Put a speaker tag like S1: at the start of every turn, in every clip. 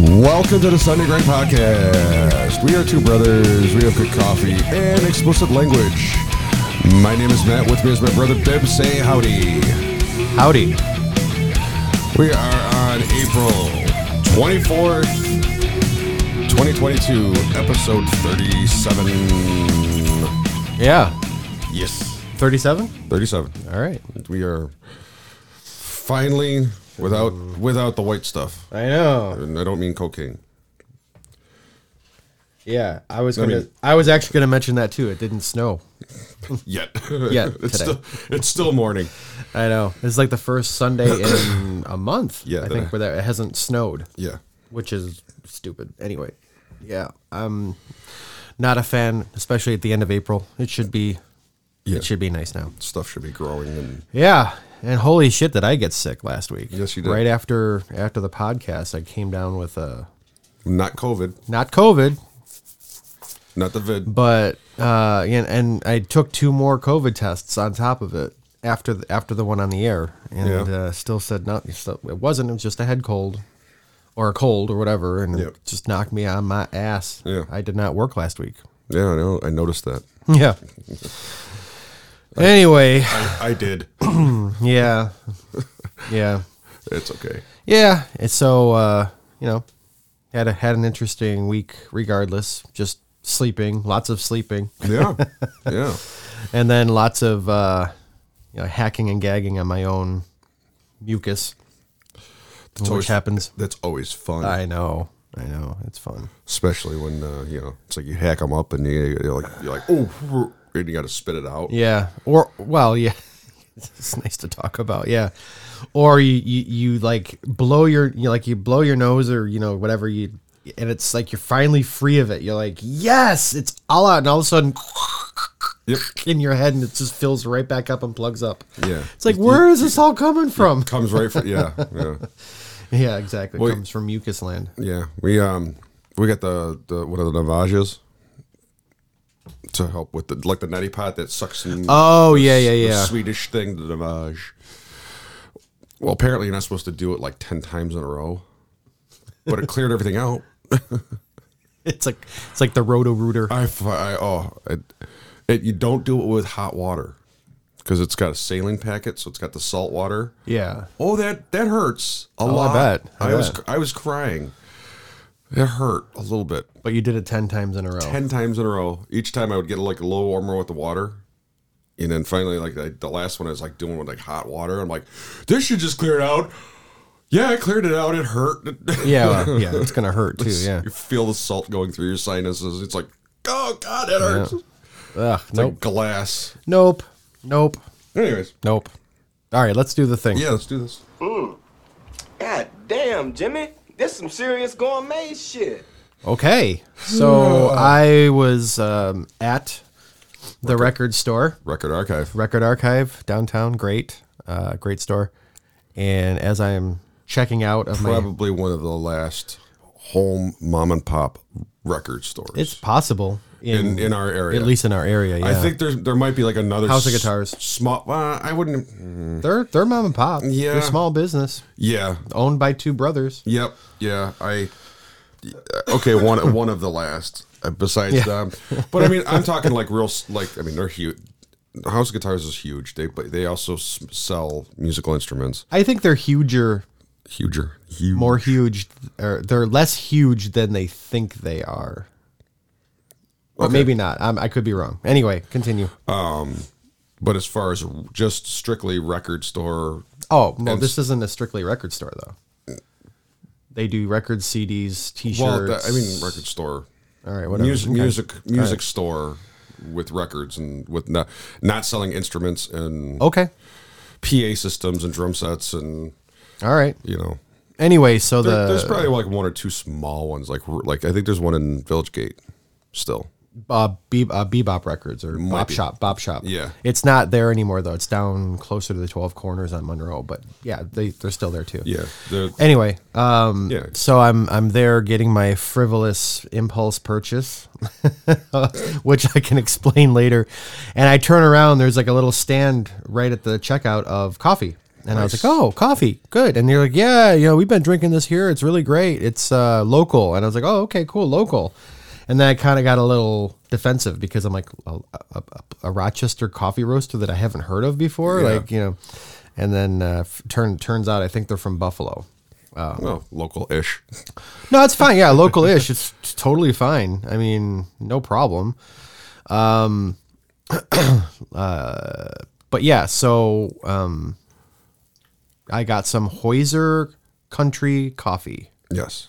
S1: Welcome to the Sunday Grind Podcast. We are two brothers. We have good coffee and explicit language. My name is Matt. With me is my brother Bib. Say howdy.
S2: Howdy.
S1: We are on April 24th, 2022, episode 37.
S2: Yeah.
S1: Yes.
S2: 37?
S1: 37.
S2: All right.
S1: We are finally without without the white stuff.
S2: I know.
S1: And I don't mean cocaine.
S2: Yeah. I was
S1: I
S2: going to
S1: mean-
S2: I was actually going to mention that too. It didn't snow.
S1: Yet.
S2: Yet,
S1: it's
S2: today.
S1: still it's still morning.
S2: I know. It's like the first Sunday in a month,
S1: Yeah,
S2: I
S1: that-
S2: think, where there, it hasn't snowed,
S1: Yeah.
S2: which is stupid. Anyway. Yeah. I'm not a fan, especially at the end of April. It should be
S1: Yeah.
S2: it should be nice now.
S1: Stuff should be growing and
S2: Yeah. And holy shit did I get sick last week.
S1: Yes, you did.
S2: Right after after the podcast, I came down with a
S1: not COVID,
S2: not COVID,
S1: not the vid.
S2: but uh, and, and I took two more COVID tests on top of it after the, after the one on the air, and
S1: Yeah.
S2: uh, still said no, still, it wasn't. It was just a head cold, or a cold, or whatever, and
S1: Yep.
S2: it just knocked me on my ass.
S1: Yeah.
S2: I did not work last week.
S1: Yeah, I know. I noticed that.
S2: Yeah. anyway,
S1: I, I did.
S2: yeah, yeah,
S1: It's okay.
S2: yeah. And so uh, you know, had a, had an interesting week regardless. Just sleeping, lots of sleeping.
S1: Yeah. Yeah.
S2: and then lots of uh, you know, hacking and gagging on my own mucus,
S1: That's
S2: which
S1: always,
S2: happens.
S1: that's always fun,
S2: I know, I know, it's fun.
S1: especially when uh, you know it's like you hack them up and you, you're like you're like oh, and you got to spit it out.
S2: Yeah, or well, yeah, it's nice to talk about. Yeah, or you you, you like blow your you like you blow your nose or you know whatever you, and it's like you're finally free of it. You're like, yes, it's all out, and all of a sudden.
S1: Yep.
S2: In your head, and it just fills right back up and plugs up.
S1: Yeah.
S2: it's like where is this all coming from?
S1: Comes right from yeah, yeah,
S2: Yeah, exactly.
S1: Well,
S2: comes from mucus land.
S1: yeah. We um we got the the one of the navajas to help with the like the neti pot that sucks. In,
S2: Oh
S1: the
S2: yeah,
S1: s-
S2: yeah,
S1: the
S2: yeah.
S1: Swedish thing, the navaj. Well, apparently you're not supposed to do it like ten times in a row, but it cleared everything out.
S2: It's like it's like the roto rooter.
S1: I, f- I- oh, it, it, you don't do it with hot water because it's got a saline packet, so it's got the salt water.
S2: Yeah.
S1: Oh, that that hurts a lot.
S2: bet. Oh, I
S1: I, was
S2: bet.
S1: I was crying. It hurt a little bit.
S2: But you did it ten times in a row.
S1: Ten times in a row. Each time I would get like a little warmer with the water, and then finally, like I, the last one, I was like doing with like hot water. I'm like, this should just clear it out. Yeah, I cleared it out. It hurt.
S2: Yeah, well, yeah. It's gonna hurt too. Yeah.
S1: you feel the salt going through your sinuses. It's like, oh god, it hurts.
S2: Ugh,
S1: Like
S2: nope.
S1: glass.
S2: Nope. Nope.
S1: Anyways,
S2: Nope. All right, let's do the thing.
S1: yeah, let's do this.
S3: God damn, Jimmy. This some serious gourmet shit.
S2: Okay. So I was um, at the record store,
S1: Record archive.
S2: Record Archive downtown. Great, uh, great store. And as I am checking out of my,
S1: Probably one of the last home mom and pop record stores
S2: it's possible in,
S1: in in our area.
S2: at least in our area. Yeah.
S1: I think there's there might be like another
S2: House of
S1: s-
S2: Guitars.
S1: Small. Uh, I wouldn't.
S2: they're they're mom and pop.
S1: Yeah.
S2: They're small business
S1: Yeah.
S2: owned by two brothers.
S1: Yep. Yeah. I. Okay. One one of the last uh, besides
S2: Yeah.
S1: them, but I mean I'm talking like real s- like I mean they're huge. House of Guitars is huge. They but they also s- sell musical instruments.
S2: I think they're huger
S1: Huger. Huge.
S2: more huge or they're less huge than they think they are but maybe not I'm, i could be wrong anyway continue
S1: Uh, But as far as just strictly record store,
S2: oh no
S1: and
S2: this isn't a strictly record store though they do records cds t-shirts
S1: well, the- I mean record store,
S2: all right Uh, whatever
S1: music,
S2: Okay.
S1: music, music store with records and with not not selling instruments and
S2: okay
S1: PA systems and drum sets and
S2: all right
S1: you know.
S2: anyway so
S1: There-
S2: the
S1: there's probably like one or two small ones, like like I think there's one in Village Gate, still.
S2: uh, be- uh, bebop records or bop
S1: be.
S2: shop bop shop
S1: Yeah.
S2: it's not there anymore though it's down closer to the 12 corners on monroe but yeah they, they're still there too
S1: Yeah, the-
S2: anyway um
S1: yeah.
S2: So I'm I'm there getting my frivolous impulse purchase, which I can explain later. And I turn around, there's like a little stand right at the checkout of coffee. And I was like, "Oh, coffee, good." And you're like, "Yeah, you know, we've been drinking this here. It's really great. It's uh, local." And I was like, "Oh, okay, cool, local." And then I kind of got a little defensive because I'm like a, a, a Rochester coffee roaster that I haven't heard of before,
S1: Yeah.
S2: like you know. And then uh, f- turn turns out I think they're from Buffalo.
S1: well, local ish.
S2: No, it's fine. Yeah, local ish. It's it's totally fine. I mean, no problem. Um, uh, but yeah, so um, I got some Hoiser Country Coffee.
S1: Yes.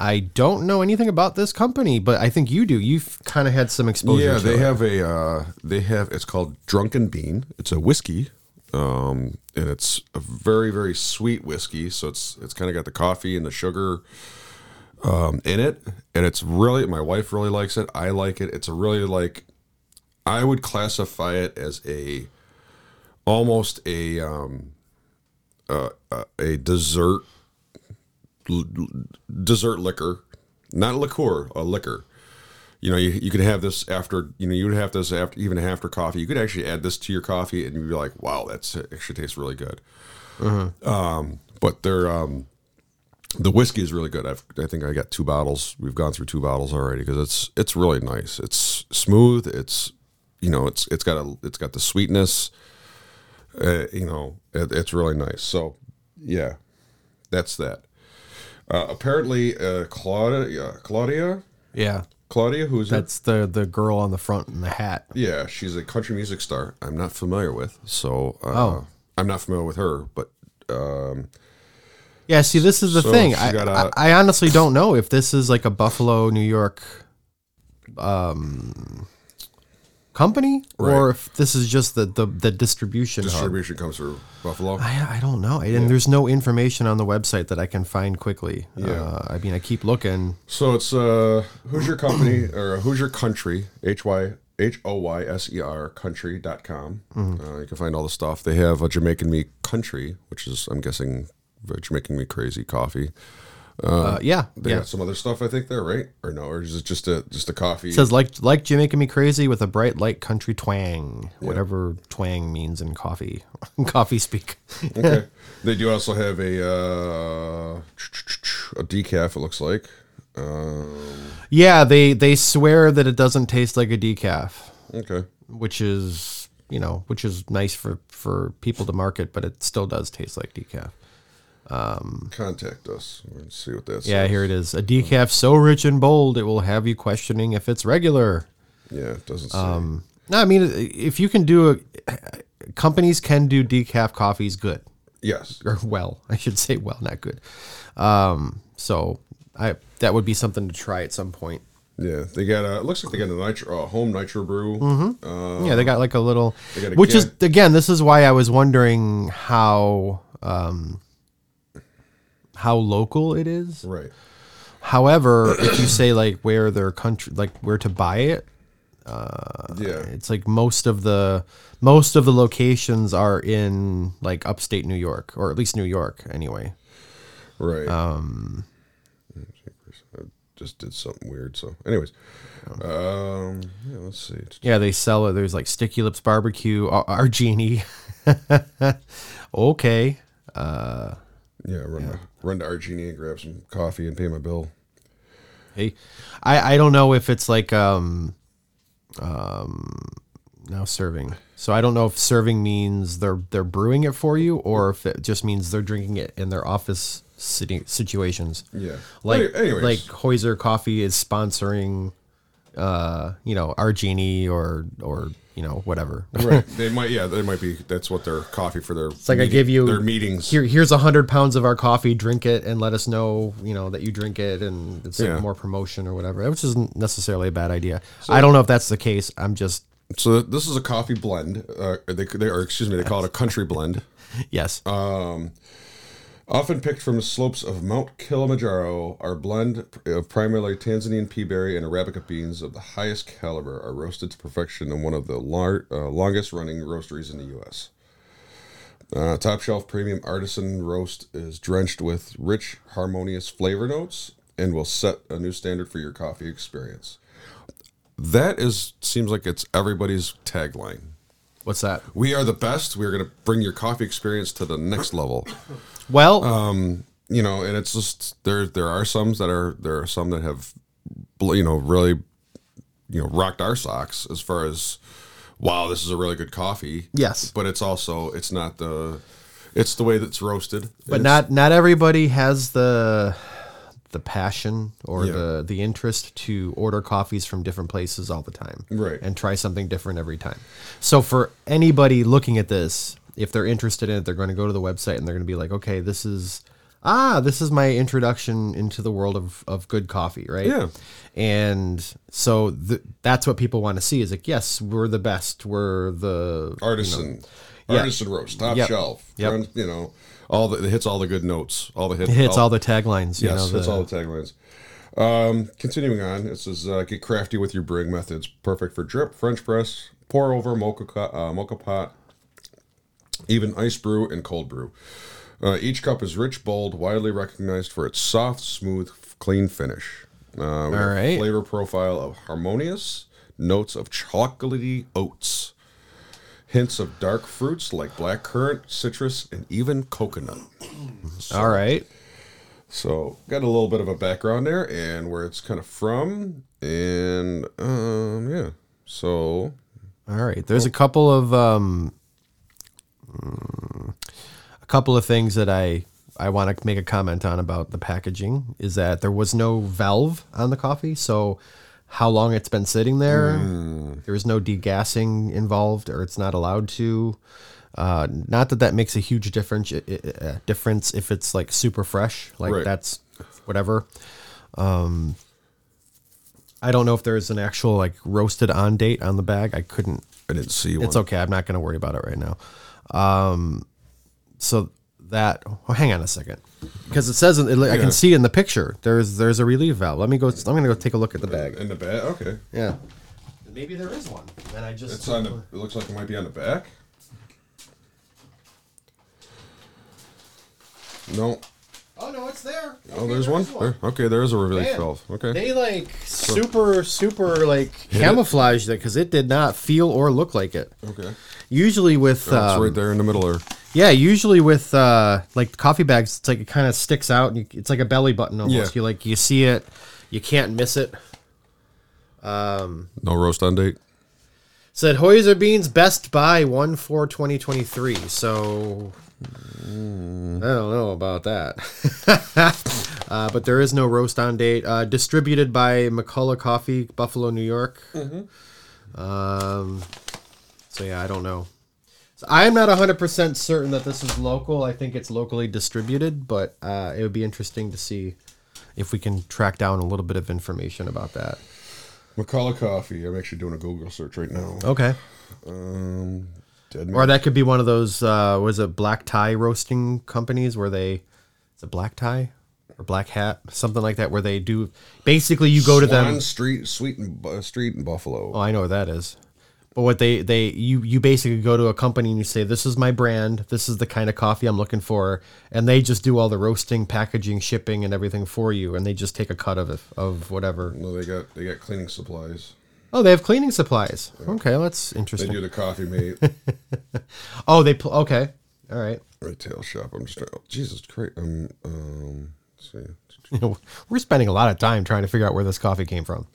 S2: I don't know anything about this company, but I think you do. You've kind of had some exposure.
S1: Yeah,
S2: to
S1: they
S2: it.
S1: have a uh, they have it's called Drunken Bean. It's a whiskey, um, and it's a very very sweet whiskey. So it's it's kind of got the coffee and the sugar um, in it, and it's really my wife really likes it. I like it. It's a really like I would classify it as a almost a um, uh, uh, a dessert l- l- dessert liquor, not a liqueur, a liquor you know, you, you could have this after, you know, you would have this after, even after coffee. You could actually add this to your coffee and you'd be like, wow, that's it actually tastes really good. Um, but they're, um, the whiskey is really good. I've, I think I got two bottles. We've gone through two bottles already because it's, it's really nice. It's smooth. It's, you know, it's, it's got a, it's got the sweetness. Uh, you know, it, it's really nice. So, yeah, that's that. Uh, apparently, uh, Claudia, Claudia,
S2: yeah.
S1: Claudia, who's
S2: That's the the girl on the front in the hat.
S1: yeah, she's a country music star. I'm not familiar with, so uh,
S2: Oh. Uh-huh.
S1: I'm not familiar with her. But um,
S2: Yeah, see, this is the
S1: So
S2: thing.
S1: she
S2: I,
S1: got
S2: I
S1: a-
S2: I honestly don't know if this is like a Buffalo, New York, um, company, or
S1: Right.
S2: if this is just the the, the distribution. hub.
S1: distribution comes through Buffalo.
S2: I I don't know, and there's no information on the website that I can find quickly.
S1: Yeah.
S2: Uh, I mean, I keep looking.
S1: So it's uh, who's your company or who's your country? H y h o y s e r country dot com.
S2: Mm-hmm.
S1: Uh, you can find all the stuff. They have a Jamaican me country, which is I'm guessing the Jamaican me crazy coffee.
S2: Uh, yeah,
S1: They
S2: yeah.
S1: got some other stuff I think there, right? Or no? Or is it just a just a coffee?
S2: It says like like Jamaican me crazy with a bright light country twang, whatever twang means in coffee coffee speak.
S1: okay. They do also have a uh, a decaf. It looks like. Um,
S2: yeah, they they swear that it doesn't taste like a decaf.
S1: okay.
S2: which is you know which is nice for for people to market but it still does taste like decaf
S1: Contact us. Let's see what that's.
S2: yeah here it is a decaf so rich and bold it will have you questioning if it's regular
S1: Yeah. It doesn't. Say.
S2: no i mean if you can do a companies can do decaf coffees good
S1: yes.
S2: or well i should say well not good um so i that would be something to try at some point
S1: Yeah. They got a. It looks like they got a nitro, a home nitro brew.
S2: Mm-hmm.
S1: Uh,
S2: yeah, they got like a little,
S1: got a
S2: which is
S1: kid.
S2: again, this is why I was wondering how um, how local it is.
S1: right.
S2: However, if you say like where their country, like where to buy it, Uh,
S1: yeah.
S2: it's like most of the most of the locations are in like upstate New York, or at least New York anyway.
S1: Right. Um. I just did something weird. So, anyways.
S2: Oh.
S1: Um. Yeah. Let's see.
S2: Yeah, they sell it. There's like Sticky Lips Barbecue, uh, Ar- Argini. okay.
S1: Yeah. Run. To, run to Argini and grab some coffee and pay my bill.
S2: Hey, I I don't know if it's like um um now serving. So I don't know if serving means they're they're brewing it for you or if it just means they're drinking it in their office sitting situations.
S1: Yeah.
S2: Like
S1: Any- anyways.
S2: like Hoiser Coffee is sponsoring uh you know Argini or or you know whatever.
S1: right. They might. Yeah. They might be. That's what their coffee for their. It's
S2: like I give you-
S1: their meetings.
S2: Here, here's a hundred pounds of our coffee. Drink it and let us know, you know, that you drink it, and it's like
S1: Yeah.
S2: more promotion or whatever, which isn't necessarily a bad idea. I don't know if that's the case. I'm just
S1: So this is a coffee blend. Uh, they, they or excuse me, they call it a country blend.
S2: yes,
S1: Uh, Often picked from the slopes of Mount Kilimanjaro, our blend of primarily Tanzanian pea berry and Arabica beans of the highest caliber are roasted to perfection in one of the lar- uh, longest running roasteries in the U.S. Uh, top shelf premium artisan roast is drenched with rich, harmonious flavor notes and will set a new standard for your coffee experience. That is seems like it's everybody's tagline.
S2: What's that?
S1: We are the best. We are going to bring your coffee experience to the next level.
S2: Well,
S1: uh, You know, and it's just there. There are some that are there are some that have, bl- you know, really, you know, rocked our socks as far as, wow, this is a really good coffee.
S2: Yes.
S1: but it's also it's not the, it's the way that's roasted.
S2: but
S1: It's-
S2: not not everybody has the the passion or
S1: Yeah.
S2: the the interest to order coffees from different places all the time
S1: Right.
S2: and try something different every time so for anybody looking at this if they're interested in it they're going to go to the website and they're going to be like okay this is ah this is my introduction into the world of of good coffee right
S1: Yeah.
S2: and so th- that's what people want to see is like yes we're the best we're the
S1: artisan,
S2: Yeah.
S1: artisan roast, top
S2: Yep.
S1: shelf.
S2: Yep.
S1: Run- You know, all the it hits all the good notes, all the hit,
S2: it hits all the taglines you
S1: Oh. yes,
S2: know,
S1: hits
S2: the-
S1: all the taglines. Um, continuing on, it says uh, get crafty with your brewing methods. Perfect for drip, French press, pour over, mocha co- uh, mocha pot, even ice brew and cold brew. Uh, each cup is rich, bold, widely recognized for its soft, smooth, f- clean finish. Uh, we
S2: All
S1: have
S2: right.
S1: Flavor profile of harmonious, notes of chocolatey oats, hints of dark fruits like black currant, citrus, and even coconut.
S2: all right
S1: So got a little bit of a background there and where it's kind of from, and um, yeah. So
S2: All right. There's a couple of um, mm, a couple of things that I I want to make a comment on about the packaging is that there was no valve on the coffee, so how long it's been sitting there. There is no degassing involved, or it's not allowed to. Uh, not that that makes a huge difference. i- i- uh, difference if it's like super fresh, like
S1: Right.
S2: that's whatever. I don't know if there is an actual like roasted on date on the bag. I couldn't
S1: I didn't see one.
S2: it's okay. I'm not going to worry about it right now. Um, so that oh, hang on a second because it says it, I
S1: Yeah.
S2: can see in the picture there's there's a relief valve. Let me go. I'm going to go take a look at the bag.
S1: in the back. Okay,
S2: Yeah, maybe there is one. And I just
S1: it's on the. It looks like it might be on the back. No.
S2: oh no, it's there.
S1: Oh, there's one. There- Okay, there is a reveal shelf. Okay.
S2: They like super super like camouflaged it because it did not feel or look like it.
S1: okay.
S2: Usually with
S1: That's
S2: um,
S1: right there in the middle there.
S2: Yeah, usually with uh, like coffee bags, it's like it kind of sticks out, and you, it's like a belly button almost.
S1: Yeah.
S2: You like you see it, you can't miss it.
S1: No roast on date.
S2: Said Hoyser Beans Best Buy one for 2023. So I don't know about that, uh, but there is no roast on date. Uh, distributed by McCullough Coffee, Buffalo, New York. Um, so yeah, I don't know. So I am not 100% certain that this is local. I think it's locally distributed, but uh, it would be interesting to see if we can track down a little bit of information about that.
S1: McCullough Coffee. I'm actually doing a Google search right now.
S2: Okay.
S1: Dead
S2: Or
S1: man.
S2: that could be one of those uh was it black tie roasting companies where they it's a black tie or black hat, something like that where they do basically you go to
S1: Swan
S2: them
S1: Street, Sweet and Bu- Street in Buffalo.
S2: Oh, I know what that is. But what they they you you basically go to a company and you say this is my brand, this is the kind of coffee I'm looking for and they just do all the roasting, packaging, shipping and everything for you and they just take a cut of it, of whatever.
S1: No, they got they got cleaning supplies.
S2: Oh, they have cleaning supplies. Okay, well, that's
S1: They do
S2: interesting.
S1: the coffee mate
S2: Oh, they pl- okay. All right.
S1: retail shop. I'm just oh, Jesus Christ. Um, um, let's see.
S2: we're spending a lot of time trying to figure out where this coffee came from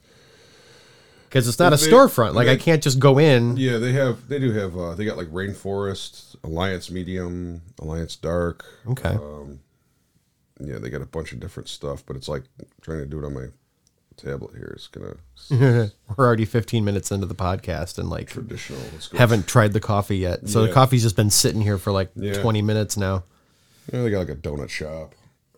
S2: because it's not a
S1: They-
S2: storefront like i
S1: they-
S2: can't just go in
S1: Yeah, they have. They do have. Uh, they got like Rainforest, Alliance Medium, Alliance Dark.
S2: okay
S1: Uh, Yeah, they got a bunch of different stuff. But it's like trying to do it on my tablet here. It's gonna
S2: we're already 15 minutes into the podcast and like
S1: traditional. Let's go.
S2: haven't tried the coffee yet so the
S1: Yeah.
S2: coffee's just been sitting here for like
S1: Yeah.
S2: 20 minutes now
S1: Yeah, they got like a donut shop.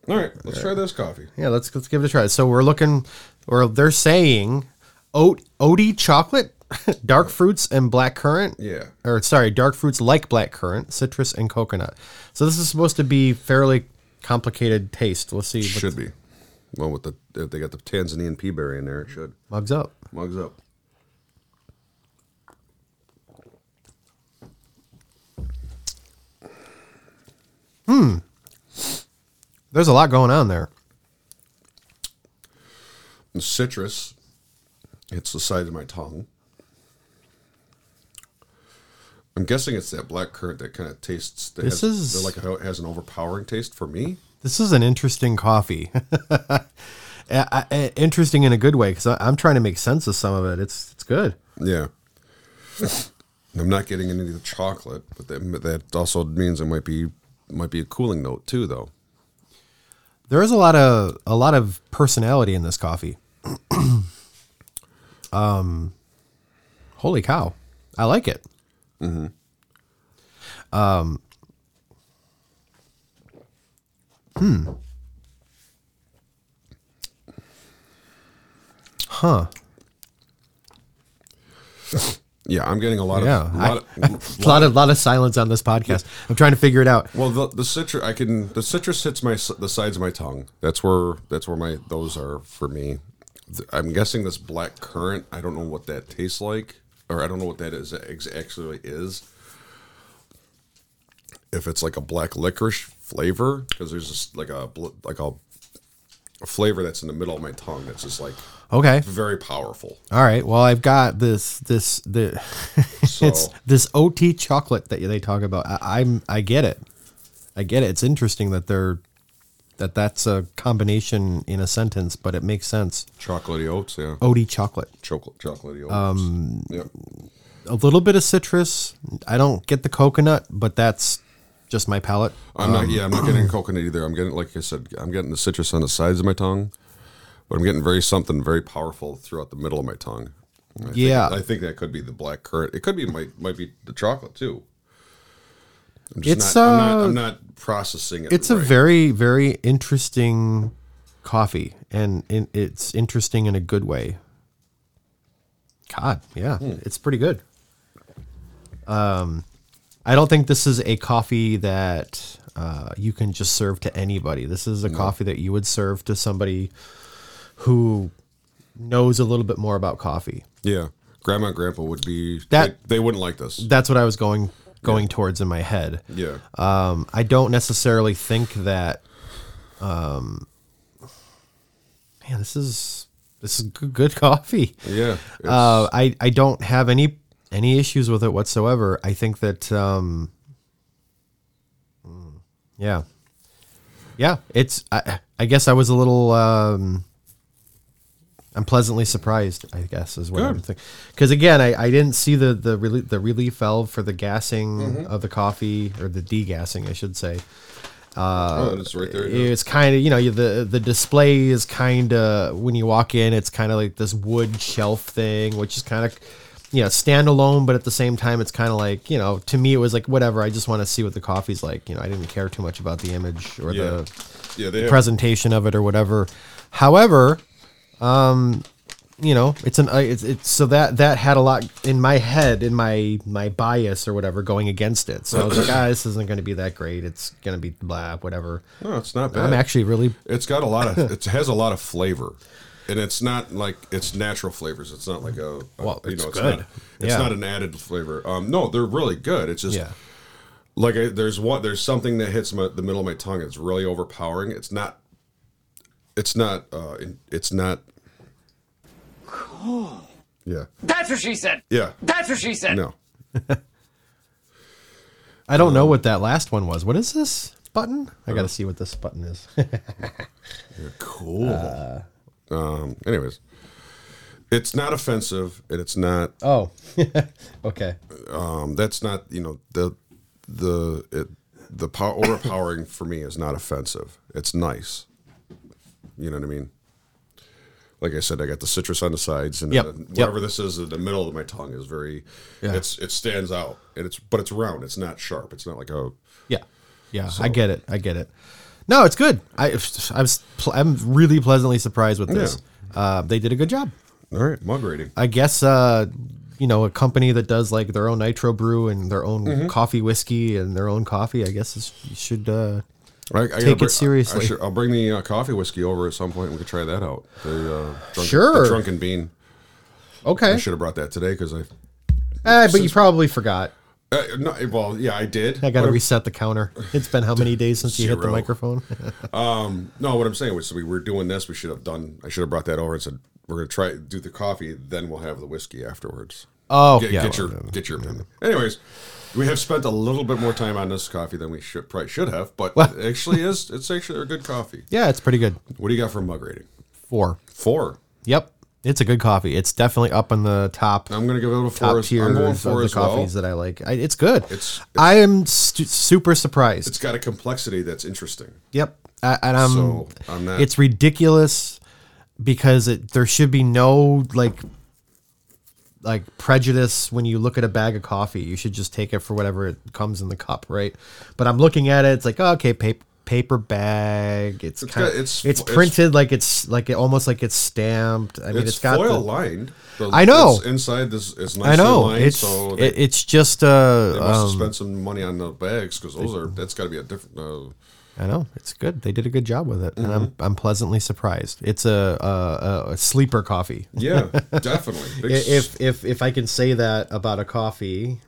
S1: All right, let's try this coffee.
S2: yeah let's let's give it a try so we're looking or they're saying oat oaty chocolate dark fruits and black currant
S1: Yeah.
S2: or sorry, dark fruits like black currant, citrus, and coconut. So this is supposed to be fairly complicated taste. We'll see. what
S1: Should be. Well, with the if they got the Tanzanian pea berry in there, it should.
S2: Mugs up.
S1: Mugs up.
S2: There's a lot going on there.
S1: The citrus hits the side of my tongue. I'm guessing it's that black currant that kind of tastes. That
S2: This
S1: has,
S2: is-
S1: that like how it has an overpowering taste for me.
S2: This is an interesting coffee. I- I- interesting in a good way because I'm trying to make sense of some of it. It's it's good.
S1: Yeah. I'm not getting any of the chocolate, but that, but that also means it might be might be a cooling note too, though.
S2: There is a lot of a lot of personality in this coffee. um, holy cow, I like it. Um, hmm. Huh.
S1: Yeah, I'm getting a lot
S2: Yeah.
S1: of, lot of
S2: A lot of lot of silence on this podcast. I'm trying to figure it out.
S1: well, the, the citrus I can the citrus hits my s- the sides of my tongue. That's where that's where my those are for me. Th- I'm guessing this black currant. I don't know what that tastes like, or I don't know what that is ex- actually is. If it's like a black licorice flavor, because there's just like a bl- like a, a flavor that's in the middle of my tongue that's just like
S2: Okay.
S1: very powerful.
S2: All right. Well, I've got this this the it's
S1: So-
S2: this OT chocolate that they talk about. I, I'm I get it. I get it. It's interesting that they're that that's a combination in a sentence, but it makes sense.
S1: Chocolatey oats, yeah,
S2: OT chocolate.
S1: chocolate chocolatey oats. Um, yeah.
S2: A little bit of citrus. I don't get the coconut, but that's just my palate.
S1: I'm not. Yeah, I'm not getting coconut either. I'm getting, like I said, I'm getting the citrus on the sides of my tongue, but I'm getting very something very powerful throughout the middle of my tongue. I think-
S2: Yeah.
S1: I think that could be the black currant. It could be might might be the chocolate too. I'm just
S2: It's,
S1: not, I'm,
S2: uh,
S1: not, I'm not processing it.
S2: It's a
S1: right.
S2: very very interesting coffee, and in, it's interesting in a good way. God, yeah, it's pretty good. Um, I don't think this is a coffee that uh, you can just serve to anybody. This is a coffee that you would serve to somebody who knows a little bit more about coffee.
S1: yeah. Grandma and Grandpa would be
S2: That-
S1: they, they wouldn't like this.
S2: That's what I was going going towards in my head.
S1: yeah,
S2: Um, I don't necessarily think that. Um, man, this is this is good, good coffee.
S1: yeah. It's-
S2: Uh, I I don't have any any issues with it whatsoever. I think that um, mm, yeah, yeah. It's I I guess I was a little um, I'm pleasantly surprised. I guess is what I'm
S1: Good.
S2: thinking. Because again, I, I didn't see the the relief the relief valve for the gassing
S1: Mm-hmm.
S2: of the coffee or the degassing, I should say
S1: oh, it's right there. yeah.
S2: it's kind of you know you- the the display is kind of when you walk in it's kind of like this wood shelf thing which is kind of you know standalone but at the same time it's kind of like you know to me it was like whatever i just want to see what the coffee's like you know i didn't care too much about the image or
S1: yeah,
S2: the
S1: yeah. They have,
S2: presentation of it or whatever however um you know it's an uh, it's, it's so that that had a lot in my head in my my bias or whatever going against it so i was like ah this isn't going to be that great it's going to be blah whatever
S1: no, it's not bad.
S2: I'm actually really
S1: It's got a lot of. It has a lot of flavor, and it's not like it's natural flavors. It's not like a. a-
S2: Well, it's
S1: not-
S2: good.
S1: it's
S2: Yeah.
S1: not an added flavor. Um, no, they're really good. It's just
S2: yeah.
S1: like I, there's one. There's something that hits my, the middle of my tongue. It's really overpowering. It's not. It's not. Uh, in- it's not. Yeah.
S4: That's what she said.
S1: Yeah.
S4: That's what she said.
S1: No.
S2: I don't know what that last one was. What is this button? I got to see what this button is.
S1: Cool. um. Anyways, it's not offensive, and it's not
S2: oh, okay.
S1: um, that's not you know the the it, the power overpowering for me is not offensive. It's nice. You know what I mean? Like I said, I got the citrus on the sides, and
S2: Yep,
S1: uh,
S2: yep.
S1: whatever this is in the middle of my tongue is very. It's it stands out, and it's but it's round. It's not sharp. It's not like a.
S2: Yeah, yeah. I get it. I get it. No, it's good. I I was pl- I'm really pleasantly surprised with this. Uh, they did a good job.
S1: All right, mug rating.
S2: I guess uh, you know a company that does like their own nitro brew and their own coffee whiskey and their own coffee. I guess is, you should. Uh,
S1: I, I gotta
S2: Take it
S1: bring- I- I
S2: seriously.
S1: should- I'll bring the uh, coffee whiskey over at some point. and We could try that out. The, uh, drunken,
S2: Sure.
S1: The drunken bean. I
S2: okay,
S1: should have brought that today because I.
S2: Eh, but you probably forgot.
S1: Uh, no, well, yeah, I did.
S2: I got to
S1: But-
S2: reset the counter. It's been how many days since you hit the
S1: Zero.
S2: microphone?
S1: No, what I'm saying was, so we were doing this. We should have done. I should have brought that over and said, "We're gonna try do the coffee, then we'll have the whiskey afterwards."
S2: Oh,
S1: get,
S2: yeah,
S1: get
S2: well,
S1: your get your opinion. Anyways, we have spent a little bit more time on this coffee than we should probably should have, but it actually is it's actually a good coffee.
S2: Yeah, it's pretty good.
S1: What do you got for mug rating?
S2: Four.
S1: Four.
S2: Yep. It's a good coffee. It's definitely up on the top
S1: I'm gonna give it a four.
S2: top
S1: As,
S2: tier
S1: I'm going
S2: of
S1: four
S2: the
S1: as well.
S2: coffees that I like. I, it's good.
S1: It's- it's-
S2: I am stu- super surprised.
S1: It's got a complexity that's interesting.
S2: Yep, I, and I'm.
S1: So, I'm not-
S2: It's ridiculous because it there should be no like like prejudice when you look at a bag of coffee. You should just take it for whatever it comes in the cup, right? But I'm looking at it. It's like oh, okay, paper paper bag. It's,
S1: It's
S2: kind
S1: got- it's-
S2: it's
S1: it's-
S2: printed like it's like it almost like it's stamped. I mean,
S1: it's,
S2: it's got
S1: foil
S2: the.
S1: lined. The-
S2: I know.
S1: it's inside this is nicely
S2: I know
S1: lined,
S2: it's
S1: so they,
S2: it, it's just
S1: they
S2: uh
S1: must have
S2: um,
S1: spent some money on the bags because those are that's got to be a different. Uh,
S2: I know it's good. They did a good job with it, and
S1: Mm-hmm.
S2: I'm I'm pleasantly surprised. It's a a, a- a sleeper coffee.
S1: yeah, definitely. Big
S2: I- If if if I can say that about a coffee,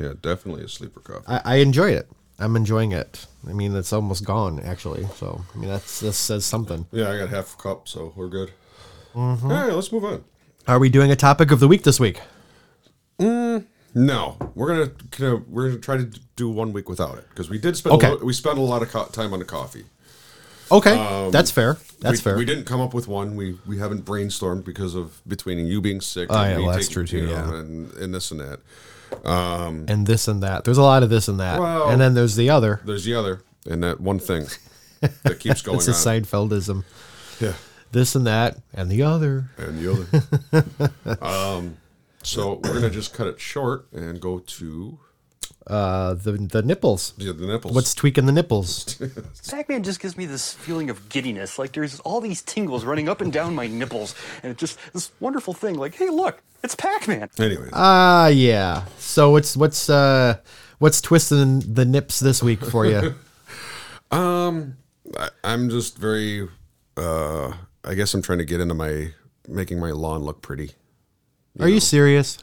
S1: Yeah, definitely a sleeper coffee.
S2: I, I enjoy it. I'm enjoying it. I mean, it's almost gone actually. So I mean, that's this says something.
S1: yeah, I got half a cup, so we're good. All right, let's move on.
S2: Are we doing a topic of the week this week?
S1: No, we're gonna, gonna we're gonna try to do one week without it because we did spend
S2: Okay.
S1: a lo- we spent a lot of co- time on the coffee.
S2: Okay, that's fair. That's
S1: Um, we,
S2: fair.
S1: We didn't come up with one. We we haven't brainstormed because of between you being sick.
S2: Oh,
S1: and
S2: yeah,
S1: me
S2: well, that's true, too,
S1: you know,
S2: yeah.
S1: and, and this and that.
S2: and this and that. There's a lot of this and that,
S1: Well-
S2: and then there's the other.
S1: There's the other and that one thing that keeps going
S2: It's a
S1: on.
S2: Seinfeldism.
S1: Yeah,
S2: This and that, and the other.
S1: and the other. um, so we're gonna just cut it short and go to
S2: Uh, the the nipples.
S1: yeah, the nipples.
S2: What's tweaking the nipples?
S4: Pac-Man just gives me this feeling of giddiness, like there's all these tingles running up and down my nipples, and it's just this wonderful thing. Like, hey, look, it's Pac-Man.
S1: anyways?
S2: Ah, yeah. So what's what's uh what's twisting the nips this week for you?
S1: I, I'm just very. Uh, I guess I'm trying to get into my making my lawn look pretty.
S2: Are you serious?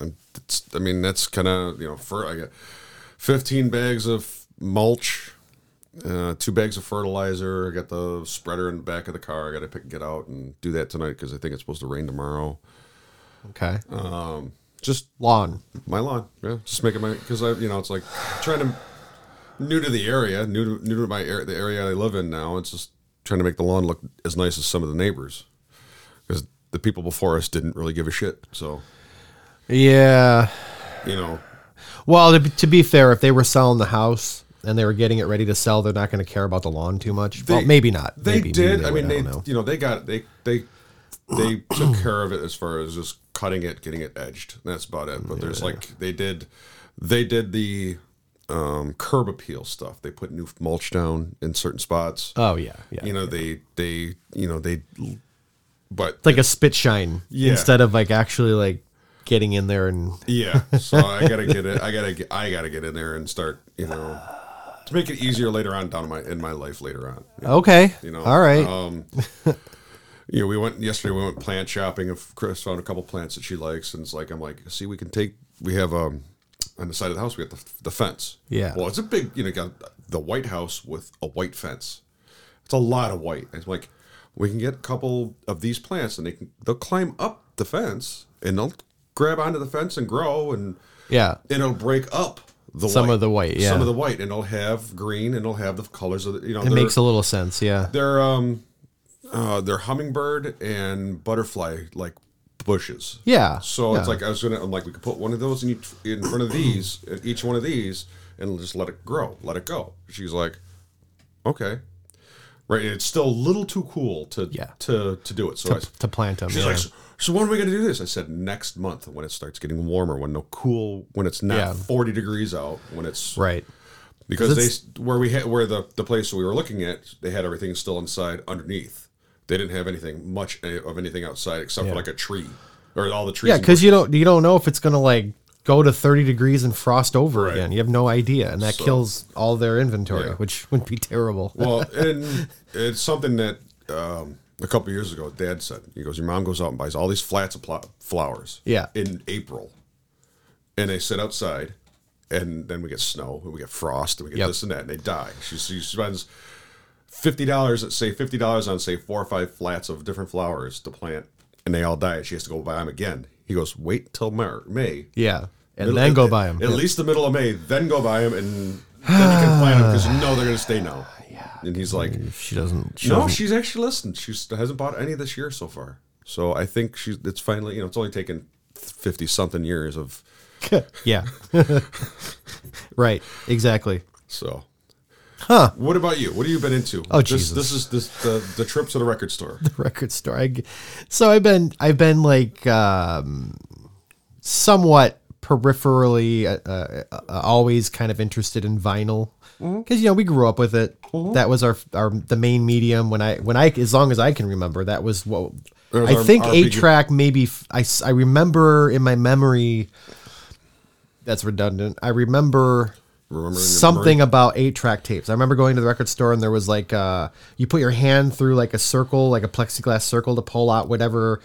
S1: I'm, it's, I mean, that's kind of you know, for I got 15 bags of mulch, uh, two bags of fertilizer. I got the spreader in the back of the car. I got to pick get out and do that tonight because I think it's supposed to rain tomorrow.
S2: Okay.
S1: Um, Just
S2: Lawn.
S1: my lawn, yeah. Just making my because I you know it's like trying to new to the area, new to, new to my area, the area I live in now. It's just trying to make the lawn look as nice as some of the neighbors because the people before us didn't really give a shit. So
S2: Yeah.
S1: you know,
S2: Well, to be, to be fair, if they were selling the house and they were getting it ready to sell, they're not going to care about the lawn too much. well, maybe not.
S1: They
S2: Maybe- maybe
S1: did. I
S2: would,
S1: mean,
S2: don't
S1: they
S2: know.
S1: you know they got they they they took care of it as far as just cutting it, getting it edged. That's about it. But there's like they did they did the um, curb appeal stuff. They put new mulch down in certain spots.
S2: Oh yeah, yeah.
S1: you know they they you know they, but
S2: it's like a spit shine
S1: Yeah.
S2: instead of like actually like getting in there and
S1: yeah. So I gotta get it. I gotta get, I gotta get in there and start you know to make it easier later on down in my in my life later on.
S2: okay.
S1: You know,
S2: All right.
S1: Um, you know, we went yesterday. We went plant shopping. Of Chris found a couple plants that she likes, and it's like I'm like, see, we can take. We have um on the side of the house. We got the, the fence.
S2: Yeah.
S1: Well, it's a big. You know, got the white house with a white fence. It's a lot of white. It's like we can get a couple of these plants, and they can they'll climb up the fence, and they'll grab onto the fence and grow, and
S2: yeah.
S1: and it'll break up. The
S2: Some of the white, yeah.
S1: Some of the white, and it'll have green, and it'll have the colors of the, you know.
S2: It
S1: they're-
S2: makes a little sense. Yeah.
S1: they're um uh they're hummingbird and butterfly like bushes.
S2: Yeah.
S1: So it's
S2: yeah.
S1: like I was gonna I'm like we could put one of those in each, in front of these in each one of these and just let it grow, let it go. She's like, okay, right? It's still a little too cool to
S2: Yeah.
S1: to to do it. So I,
S2: to plant them.
S1: she's
S2: yeah.
S1: like, so, so when are we gonna do this? I said next month when it starts getting warmer, when no cool, when it's not
S2: Yeah.
S1: 40 degrees out, when it's
S2: right.
S1: because
S2: 'Cause it's-
S1: they where we had where the the place we were looking at they had everything still inside underneath they didn't have anything much of anything outside except
S2: Yeah.
S1: for like a tree or all the trees
S2: Yeah,
S1: and
S2: because you don't you don't know if it's gonna like go to thirty degrees and frost over
S1: Right.
S2: again. You have no idea, and that
S1: So-
S2: kills all their inventory,
S1: Yeah.
S2: which would be terrible.
S1: well, and it's something that um, a couple years ago, Dad said. He goes, "Your mom goes out and buys all these flats of pl- flowers,
S2: Yeah.
S1: in April, and they sit outside, and then we get snow, and we get frost, and we get
S2: Yep.
S1: this and that, and they die. She, she spends fifty dollars, say fifty dollars on say four or five flats of different flowers to plant, and they all die. and She has to go buy them again. He goes, wait till Mar- May.
S2: Yeah. And
S1: Middle-
S2: then go
S1: at-
S2: buy them.
S1: At least the middle of May, then go buy them, and then you can plan them because you know they're going to stay now. And he's like,
S2: She doesn't. She
S1: no,
S2: doesn't-
S1: she's actually listened. She hasn't bought any this year so far. So I think she's. It's finally, you know, it's only taken fifty something years of.
S2: yeah. right. Exactly.
S1: So, huh? What about you? What have you been into?
S2: Oh,
S1: this,
S2: Jesus.
S1: This is this the the trip to the record store.
S2: record store. I g so I've been I've been like um, somewhat peripherally uh, uh, uh, always kind of interested in vinyl
S1: Mm-hmm.
S2: because you know we grew up with it. That was our our the main medium when I when I as long as I can remember that was what
S1: That was
S2: I
S1: our-
S2: think
S1: our
S2: eight
S1: big-
S2: track maybe f- I s- I remember in my memory. That's redundant. I remember
S1: Remember in your
S2: something
S1: memory?
S2: about eight track tapes. I remember going to the record store and there was like uh you put your hand through like a circle, like a plexiglass circle to pull out whatever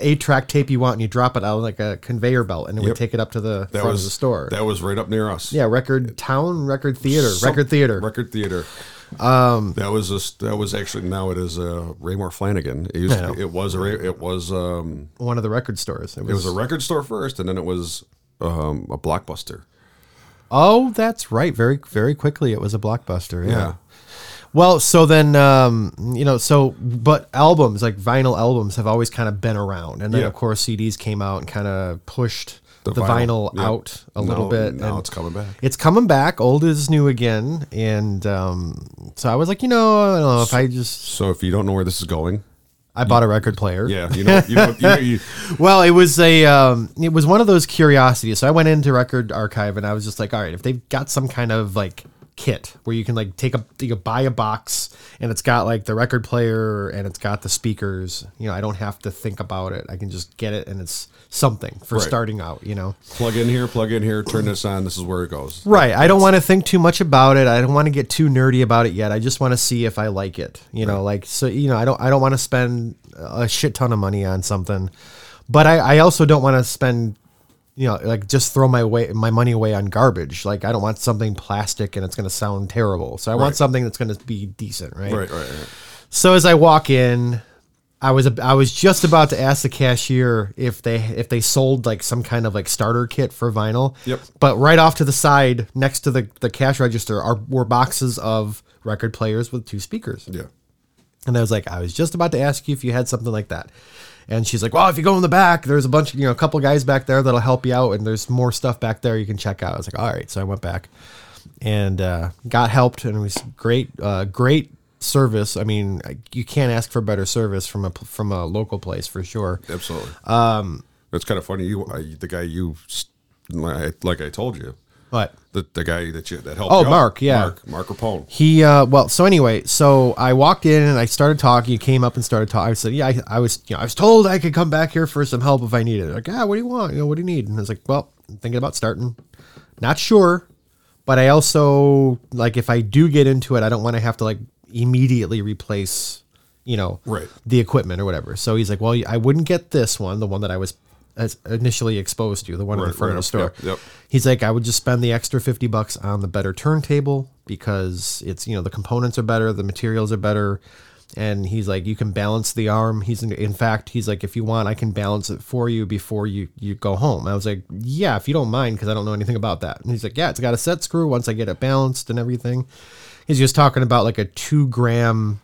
S2: eight track tape you want and you drop it out like a conveyor belt and it would
S1: Yep.
S2: take it up to the
S1: That
S2: front
S1: was
S2: of the store.
S1: That was right up near us.
S2: yeah, record town, record theater,
S1: Some-
S2: record theater.
S1: Record theater. Um, that was a, that was actually now it is uh, Raymore Flanagan. It, used to be, it was a, Ray- it was um,
S2: one of the record stores. It was,
S1: it was a record store first, and then it was um, a blockbuster.
S2: Oh, that's right. Very very quickly it was a blockbuster. Yeah.
S1: Yeah.
S2: Well, so then um, you know, so but albums like vinyl albums have always kind of been around, and then
S1: Yeah.
S2: of course CDs came out and kind of pushed the,
S1: The
S2: vinyl,
S1: vinyl, yeah.
S2: out a little
S1: Now-
S2: bit.
S1: now
S2: and
S1: it's coming back.
S2: It's coming back. Old is new again, and um, so I was like, you know, I don't know if I just
S1: So if you don't know where this is going,
S2: I bought a record player.
S1: yeah, you know, you know, you know you,
S2: Well, it was a um, it was one of those curiosities. So I went into Record Archive and I was just like, all right, if they've got some kind of like kit where you can like take a you can buy a box and it's got like the record player and it's got the speakers, you know, I don't have to think about it. I can just get it and it's something for
S1: Right.
S2: starting out, you know.
S1: plug in here, plug in here, turn this on. This is where it goes.
S2: Right. I don't want to think too much about it. I don't want to get too nerdy about it yet. I just want to see if I like it. You know, like so you know, I don't I don't want to spend a shit ton of money on something. But I, I also don't want to spend you know, like just throw my way my money away on garbage. Like I don't want something plastic and it's gonna sound terrible. So I want
S1: Right.
S2: something that's gonna be decent,
S1: Right, right, right.
S2: so as I walk in, I was I was just about to ask the cashier if they if they sold like some kind of like starter kit for vinyl.
S1: Yep.
S2: But right off to the side, next to the the cash register, are were boxes of record players with two speakers.
S1: Yeah.
S2: And I was like, I was just about to ask you if you had something like that. And she's like, Well, if you go in the back, there's a bunch of, you know, a couple guys back there that'll help you out. And there's more stuff back there you can check out. I was like, All right. So I went back and uh, got helped. And it was great, uh, great service. I mean, I- you can't ask for better service from a, from a local place for sure.
S1: Absolutely. Um, it's kind of funny. You, I, the guy you, s- like like I told you,
S2: But
S1: the, the guy that you that helped.
S2: Oh,
S1: you out,
S2: Mark, yeah.
S1: Mark, Mark Rapone.
S2: He uh well so anyway so I walked in and I started talking. He came up and started talking. I said yeah I, I was you know I was told I could come back here for some help if I needed. it. Like yeah what do you want you know what do you need? And I was like well I'm thinking about starting. Not sure, but I also like if I do get into it I don't want to have to like immediately replace you know
S1: Right.
S2: the equipment or whatever. So he's like well I wouldn't get this one the one that I was as initially exposed to the one in the
S1: Right,
S2: front
S1: right,
S2: of the store.
S1: yep, yep.
S2: He's like, I would just spend the extra 50 bucks on the better turntable because it's, you know, the components are better, the materials are better. And he's like, you can balance the arm. He's in, in fact, he's like, if you want, I can balance it for you before you, you go home. I was like, yeah, if you don't mind, because I don't know anything about that. And he's like, yeah, it's got a set screw once I get it balanced and everything. He's just talking about like a two gram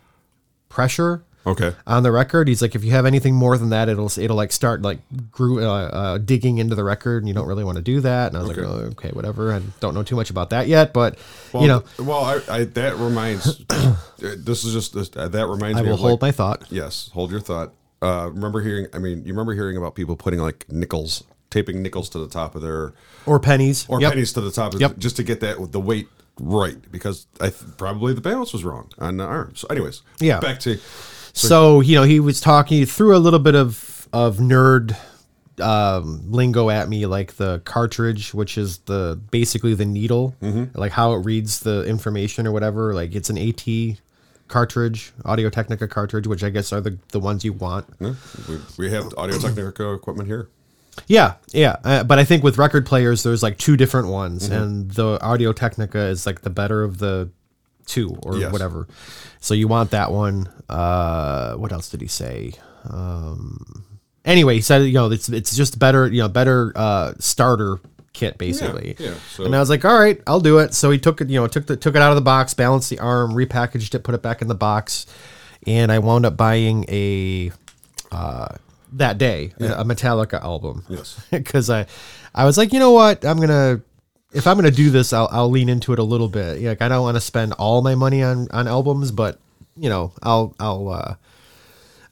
S2: pressure
S1: Okay.
S2: on the record. He's like, if you have anything more than that, it'll it'll like start like grew, uh, uh, digging into the record, and you don't really want to do that. And I was like,
S1: Okay.
S2: oh, okay, whatever. I don't know too much about that yet, but you know,
S1: Well, I, I that reminds. this is just this, uh, that reminds
S2: I
S1: me.
S2: will
S1: of
S2: hold
S1: like,
S2: my thought.
S1: Yes, hold your thought. Uh, remember hearing? I mean, you remember hearing about people putting like nickels, taping nickels to the top of their
S2: Or pennies,
S1: or
S2: Yep.
S1: pennies to the top of
S2: Yep.
S1: just to get that the weight right because I th- probably the balance was wrong on the arm. So, anyways,
S2: Yeah.
S1: back to
S2: So you know, he was talking he threw a little bit of of nerd um, lingo at me, like the cartridge, which is the basically the needle,
S1: Mm-hmm.
S2: like how it reads the information or whatever. Like it's an AT cartridge, Audio Technica cartridge, which I guess are the the ones you want.
S1: we, we have Audio Technica equipment here.
S2: Yeah, yeah. Uh, but I think with record players, there's like two different ones,
S1: Mm-hmm.
S2: and the Audio Technica is like the better of the two or
S1: Yes.
S2: whatever. So you want that one. Uh, what else did he say? Um, Anyway, he said, you know, it's it's just better, you know, better uh, starter kit basically.
S1: yeah, so-
S2: And I was like, all right, I'll do it. So he took it, you know, took the took it out of the box, balanced the arm, repackaged it, put it back in the box, and I wound up buying a uh, that day a Metallica album.
S1: Yes.
S2: because I I was like, you know what, I'm gonna if I'm gonna do this, I'll I'll lean into it a little bit. Like I don't want to spend all my money on on albums, but you know, I'll I'll uh,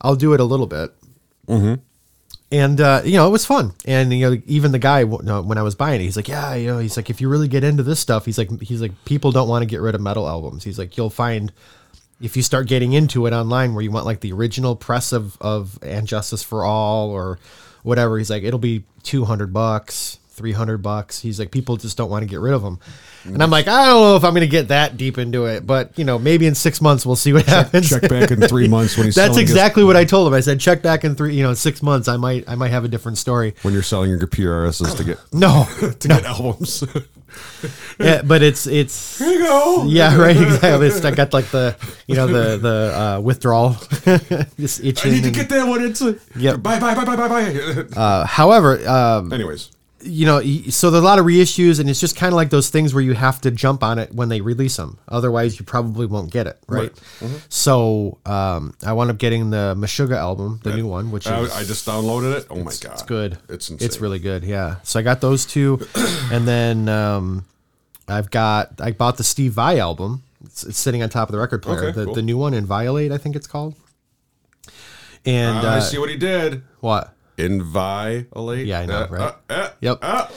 S2: I'll do it a little bit. Mm-hmm. And uh, you know, it was fun. And you know, even the guy w- no, when I was buying it, he's like, yeah, you know, he's like, if you really get into this stuff, he's like, he's like, people don't want to get rid of metal albums. He's like, you'll find. If you start getting into it online, where you want like the original press of of "And Justice for All" or whatever, he's like, it'll be two hundred bucks, three hundred bucks. He's like, people just don't want to get rid of them, and I'm like, I don't know if I'm going to get that deep into it, but you know, maybe in six months we'll see what happens.
S5: Check back in three months when he's
S2: That's
S5: selling his-
S2: exactly what I told him. I said, check back in three, you know, six months. I might, I might have a different story.
S1: when you're selling your PRSs to get
S2: No,
S1: to get albums.
S2: yeah, but it's it's
S1: you go.
S2: yeah, right, exactly. It's, I got like the you know the the uh, withdrawal, just
S1: I
S2: itching.
S1: need to
S2: and-
S1: get that one. It's a
S2: Yep.
S1: Bye bye bye bye bye bye.
S2: uh, however, um,
S1: Anyways,
S2: you know, y- so there's a lot of reissues, and it's just kind of like those things where you have to jump on it when they release them. Otherwise, you probably won't get it, right?
S1: Mm-hmm.
S2: So um, I wound up getting the Meshuggah album, the new one, which
S1: I,
S2: is
S1: I just downloaded it. Oh my god,
S2: It's good.
S1: It's insane.
S2: It's really good. Yeah. So I got those two, and then um, I've got I bought the Steve Vai album. It's, it's sitting on top of the record player.
S1: Okay,
S2: the,
S1: cool.
S2: the new one, Inviolate, I think it's called. And
S1: Ah, I
S2: uh,
S1: see what he did.
S2: what?
S1: Inviolate.
S2: Yeah, I know,
S1: Uh,
S2: right?
S1: uh, uh,
S2: Yep. Um,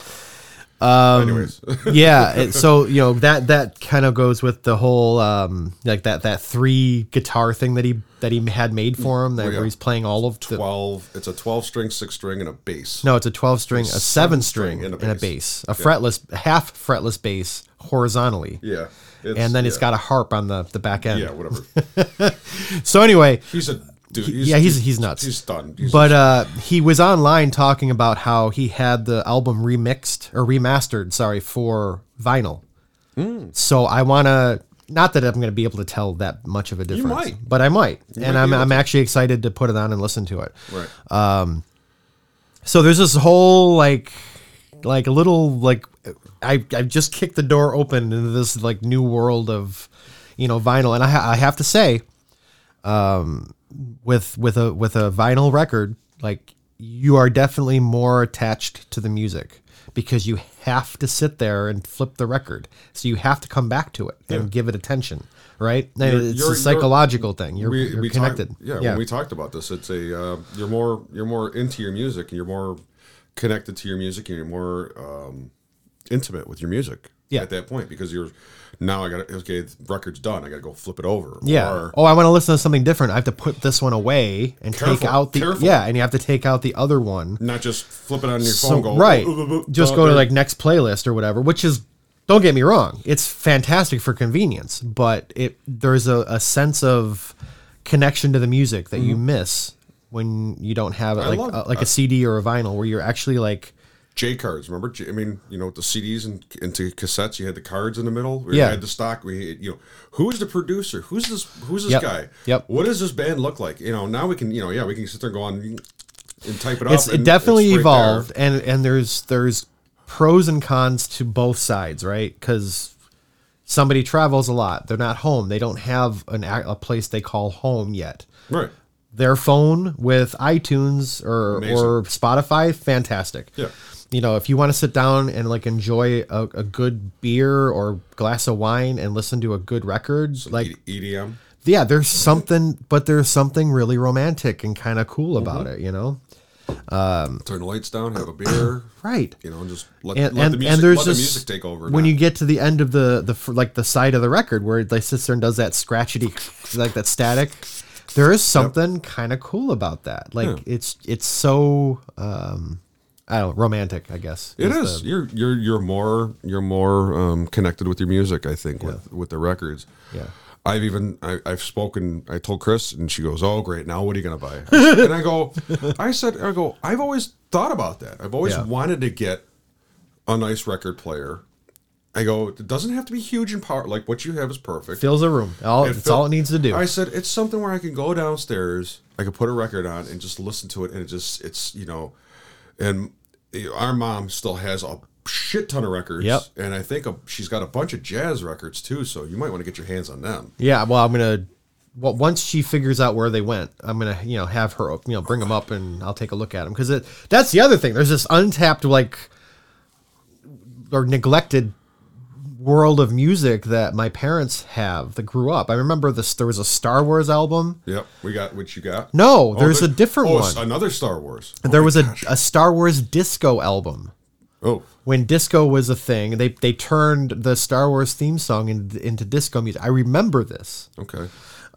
S1: uh. Anyways,
S2: yeah it, so you know that that kind of goes with the whole um like that that three guitar thing that he that he had made for him that
S1: Oh, yeah.
S2: where he's playing all of the
S1: twelve. It's a twelve string, six string, and a bass.
S2: no it's a 12 string a 7 string
S1: string
S2: and a bass a, fretless half fretless bass horizontally
S1: Yeah. It's,
S2: and then
S1: yeah.
S2: it's got a harp on the the back end
S1: yeah, whatever.
S2: so anyway
S1: He's a dude.
S2: yeah, he's- he's nuts.
S1: He's stunned. He's
S2: but uh he was online talking about how he had the album remixed or remastered sorry for vinyl
S1: Hmm.
S2: so i want to not that i'm going to be able to tell that much of a difference
S1: might.
S2: but i might
S1: might
S2: and
S1: be
S2: i'm,
S1: able
S2: I'm
S1: to.
S2: actually excited to put it on and listen to it
S1: right.
S2: so there's this whole like like a little like I I just kicked the door open into this like new world of you know vinyl and I ha- I have to say um with with a with a vinyl record like you are definitely more attached to the music because you have to sit there and flip the record so you have to come back to it and give it attention right And
S1: You're-
S2: it's
S1: you're-
S2: a psychological thing you're,
S1: we,
S2: you're
S1: we
S2: connected
S1: Talked, yeah, when we talked about this, it's a uh, you're more you're more into your music, and you're more connected to your music, and you're more um, intimate with your music.
S2: Yeah.
S1: At that point, because you're now I got to okay, the record's done. I got to go flip it over.
S2: Yeah.
S1: Or,
S2: oh, I want to listen to something different. I have to put this one away and
S1: Careful,
S2: take out the
S1: careful.
S2: yeah, and you have to take out the other one.
S1: not just flip it on your phone.
S2: So
S1: and Go
S2: right,
S1: "Ooh, ooh, ooh, ooh,
S2: just
S1: uh,
S2: go to
S1: there."
S2: like next playlist or whatever. Which is, don't get me wrong, it's fantastic for convenience, but it there's a, a sense of connection to the music that you miss when you don't have it like
S1: Mm-hmm. love-
S2: uh, like a CD or a vinyl where you're actually like
S1: J cards. Remember, J, I mean, you know, with the CDs and into cassettes. You had the cards in the middle. We
S2: Yeah.
S1: had the stock. We, had, you know, who is the producer? Who's this? Who's this
S2: Yep.
S1: guy?
S2: Yep.
S1: What does this band look like? You know, now we can, you know, yeah, we can sit there and go on and type it up.
S2: it's
S1: and
S2: it definitely
S1: it's right
S2: evolved
S1: there.
S2: and and there's there's pros and cons to both sides right because somebody travels a lot they're not home they don't have an a a place they call home yet
S1: Right.
S2: their phone with itunes or
S1: Amazing.
S2: or spotify fantastic
S1: Yeah.
S2: you know if you want to sit down and like enjoy a, a good beer or glass of wine and listen to a good record like
S1: E- EDM.
S2: yeah, there's something, but there's something really romantic and kind of cool about
S1: Mm-hmm.
S2: it, you know?
S1: Turn the lights down. Have a beer.
S2: Right.
S1: You know, and just let,
S2: and,
S1: let
S2: and,
S1: the music,
S2: and there's
S1: let
S2: just
S1: the music take over.
S2: when
S1: now.
S2: you get to the end of the the fr- like the side of the record where it like sits there and does that scratchety like that static there is something kind of cool about that like it's it's so um i don't know romantic i guess
S1: It is. You're you're you're more you're more um, connected with your music. I think with with the records.
S2: Yeah.
S1: I've even I, I've spoken. I told Chris, and she goes, "Oh, great! Now what are you gonna buy?" and I go, "I said, I go. I've always thought about that. I've always
S2: Yeah.
S1: wanted to get a nice record player. I go, it doesn't have to be huge and power. Like what you have is perfect.
S2: fills a room. All
S1: It
S2: that's
S1: fill-
S2: all it needs to do.
S1: I said it's something where I can go downstairs, I could put a record on and just listen to it, and it just it's you know, and you know, our mom still has a shit ton of records.
S2: Yep.
S1: And I think a, she's got a bunch of jazz records too, so you might want to get your hands on them.
S2: yeah. Well, I'm gonna. Well, once she figures out where they went, I'm gonna you know have her you know bring them up and I'll take a look at them because that's the other thing. There's this untapped like or neglected world of music that my parents have that grew up. I remember this. There was a Star Wars album.
S1: Yep. We got what you got.
S2: No, there's
S1: there-
S2: a different
S1: oh,
S2: one.
S1: it's Another Star Wars.
S2: there was a, a Star Wars disco album.
S1: Oh,
S2: when disco was a thing, they they turned the Star Wars theme song in, into disco music. I remember this.
S1: okay.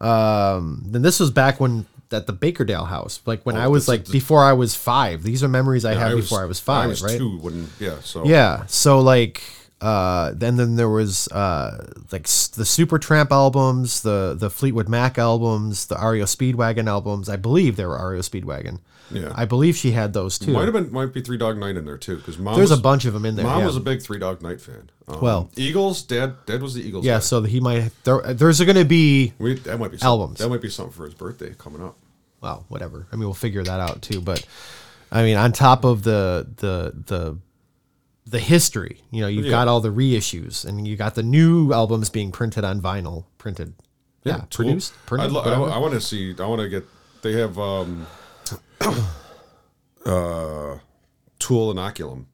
S2: Um, then this was back when at the Bakerdale house, like when I was
S1: Oh, this
S2: like
S1: is the-
S2: before I was five. These are memories I have before I was five,
S1: I was
S2: right?
S1: two when yeah. So
S2: Yeah. So like, uh, then then there was uh like s- the Supertramp albums, the the Fleetwood Mac albums, the Ario Speedwagon albums. I believe there were Ario Speedwagon.
S1: Yeah.
S2: I believe she had those too.
S1: Might have been might be Three Dog Night in there too because mom.
S2: There's a
S1: was,
S2: bunch of them in there.
S1: Mom
S2: yeah.
S1: was a big Three Dog Night fan. Um,
S2: Well-
S1: Eagles. Dad. Dad was the Eagles.
S2: yeah.
S1: guy.
S2: So he might there, there's going to be
S1: We, that might be something,
S2: Albums.
S1: That might be something for his birthday coming up.
S2: well, whatever. I mean, we'll figure that out too. But I mean, on top of the the the the history, you know, you've
S1: Yeah.
S2: got all the reissues, and you got the new albums being printed on vinyl, printed, yeah,
S1: Tool.
S2: produced, printed.
S1: I'd lo- I,
S2: whatever.
S1: want to see. I want to get. They have um, uh, Tool and Oculum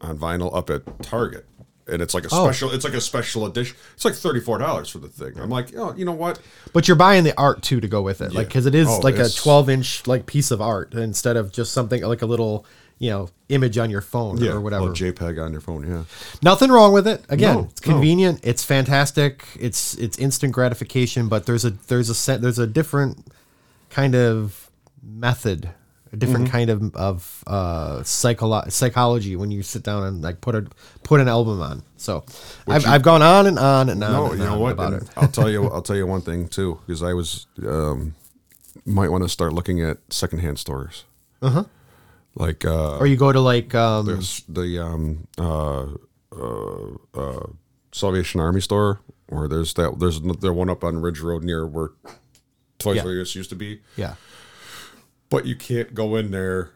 S1: on vinyl up at Target, and it's like a
S2: Oh.
S1: special. It's like a special edition. It's like thirty four dollars for the thing. I'm like, oh, you know what?
S2: but you're buying the art too to go with it, like because it is
S1: Oh,
S2: like a
S1: it's-
S2: 12 inch like piece of art instead of just something like a little you know image on your phone or whatever.
S1: little JPEG on your phone. Yeah,
S2: Nothing wrong with it. Again,
S1: No,
S2: it's
S1: no.
S2: convenient. It's fantastic. It's it's instant gratification. But there's a there's a set there's a different kind of method, a
S1: Mm-hmm.
S2: different kind of of uh, psycholo- psychology when you sit down and like put a put an album on. So I've, I've gone on and on and on.
S1: no,
S2: and
S1: you know
S2: on
S1: what?
S2: about
S1: And
S2: it.
S1: I'll tell you. I'll tell you one thing too, because I was um, might want to start looking at secondhand stores.
S2: Uh-huh.
S1: Uh huh. Like uh,
S2: Or you go to like um,
S1: There's the um, uh, uh, uh, Salvation Army store, or there's that there's n- there one up on Ridge Road near where Toys
S2: Yeah.
S1: R Us used to be.
S2: yeah.
S1: But you can't go in there.